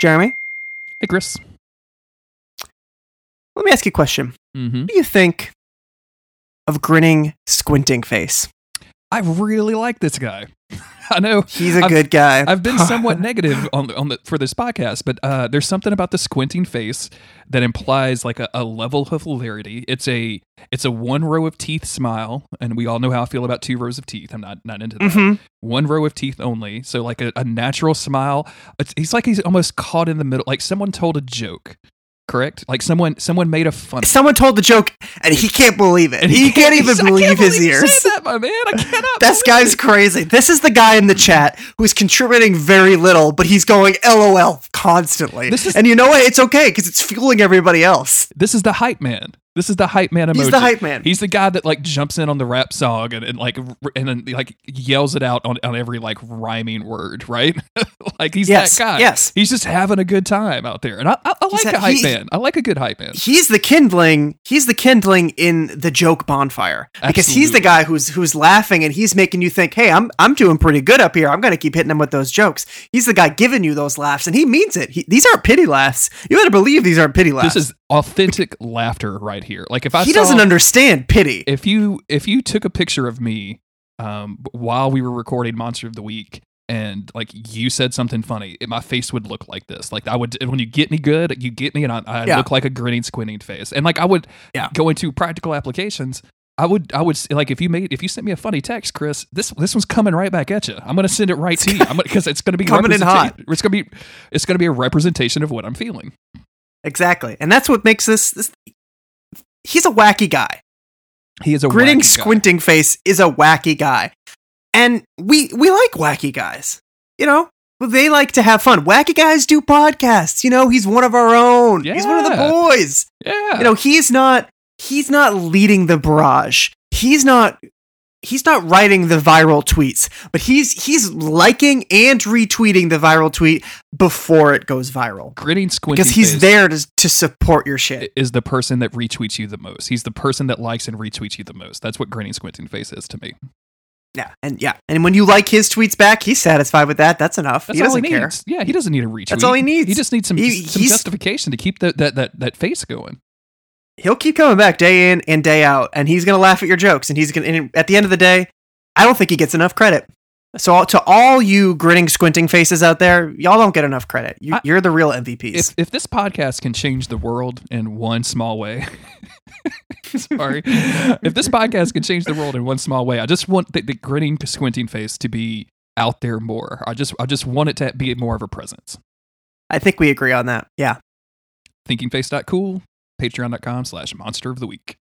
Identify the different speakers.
Speaker 1: Jeremy,
Speaker 2: Hey, Chris.
Speaker 1: let me ask you a question.
Speaker 2: Mm-hmm.
Speaker 1: What do you think of grinning, squinting face?
Speaker 2: I really like this guy. I know
Speaker 1: He's a
Speaker 2: I've-
Speaker 1: good guy.
Speaker 2: I've been somewhat negative on the, on the for this podcast, but uh, there's something about the squinting face that implies like a, a level of hilarity. It's a it's a one row of teeth smile, and we all know how I feel about two rows of teeth. I'm not not into that.
Speaker 1: hmm
Speaker 2: One row of teeth only, so like a, a natural smile. It's, he's like he's almost caught in the middle. Like someone told a joke, correct? Like someone someone made a funny.
Speaker 1: Someone told the joke and he can't believe it.
Speaker 2: and
Speaker 1: he, can't,
Speaker 2: he
Speaker 1: even
Speaker 2: said- I
Speaker 1: believe
Speaker 2: can't
Speaker 1: his
Speaker 2: believe you
Speaker 1: ears.
Speaker 2: said that, my man. I cannot.
Speaker 1: This
Speaker 2: believe
Speaker 1: guy's crazy. This is the guy in the chat who's contributing very little, but he's going LOL constantly.
Speaker 2: This is-
Speaker 1: and you know what? It's okay because it's fueling everybody else.
Speaker 2: This is the hype man. This is the hype man emoji.
Speaker 1: He's the hype man.
Speaker 2: He's the guy that like jumps in on the rap song and, and like r- and then like yells it out on, on every like rhyming word, right? like he's
Speaker 1: yes,
Speaker 2: that guy.
Speaker 1: yes.
Speaker 2: He's just having a good time out there, and I, I, I
Speaker 1: He's
Speaker 2: like
Speaker 1: that-
Speaker 2: a hype
Speaker 1: he-
Speaker 2: man. I like a good hype man.
Speaker 1: He's the kindling. He's the kindling in the joke bonfire because he's the
Speaker 2: Absolutely.
Speaker 1: guy who's who's laughing and he's making you think, "Hey, I'm I'm doing pretty good up here. I'm gonna keep hitting him with those jokes." He's the guy giving you those laughs, and he means it. He, these aren't pity laughs. You better believe these aren't pity laughs.
Speaker 2: This is authentic laughter right here. Like if I
Speaker 1: he
Speaker 2: saw,
Speaker 1: doesn't understand pity.
Speaker 2: if you if you took a picture of me um while we were recording monster of the week and like you said something funny it, my face would look like this like i would when you get me good you get me and i, I
Speaker 1: Yeah.
Speaker 2: look like a grinning squinting face and like i would
Speaker 1: Yeah.
Speaker 2: go into practical applications i would i would s- like if you made if you sent me a funny text chris this this one's coming right back at you i'm gonna send it right to you i'm because it's gonna be
Speaker 1: Coming in hot.
Speaker 2: representa- it's gonna be it's gonna be a representation of what i'm feeling
Speaker 1: Exactly, and that's what makes this. this he's a wacky guy.
Speaker 2: he is a
Speaker 1: grinning
Speaker 2: wacky guy.
Speaker 1: squinting face is a wacky guy and we we like wacky guys you know they like to have fun wacky guys do podcasts you know he's one of our own he's one of the
Speaker 2: Yeah.
Speaker 1: boys
Speaker 2: yeah
Speaker 1: you know he's not he's not leading the barrage he's not he's not writing the viral tweets but he's he's liking and retweeting the viral tweet before it goes viral
Speaker 2: grinning squinting
Speaker 1: because he's
Speaker 2: face.
Speaker 1: there to, to support your shit
Speaker 2: is the person that retweets you the most. He's the person that likes and retweets you the most. That's what grinning squinting face is to me.
Speaker 1: Yeah, and yeah, and when you like his tweets back, he's satisfied with that. That's enough.
Speaker 2: That's
Speaker 1: he
Speaker 2: all
Speaker 1: doesn't
Speaker 2: he
Speaker 1: care.
Speaker 2: needs. Yeah, he doesn't need a retweet.
Speaker 1: That's all he needs.
Speaker 2: He just needs some,
Speaker 1: He-
Speaker 2: some
Speaker 1: he's-
Speaker 2: justification to keep that that that that face going.
Speaker 1: He'll keep coming back day in and day out, and he's gonna laugh at your jokes. And he's gonna. And at the end of the day, I don't think he gets enough credit. So all- to all you grinning, squinting faces out there, y'all don't get enough credit. You,
Speaker 2: I-
Speaker 1: you're the real MVPs.
Speaker 2: If if this podcast can change the world in one small way. Sorry. if this podcast can change the world in one small way, I just want the, the grinning squinting face to be out there more. I just I just want it to be more of a presence.
Speaker 1: I think we agree on that. Yeah.
Speaker 2: Thinkingface.cool, patreon.com slash monster of the week.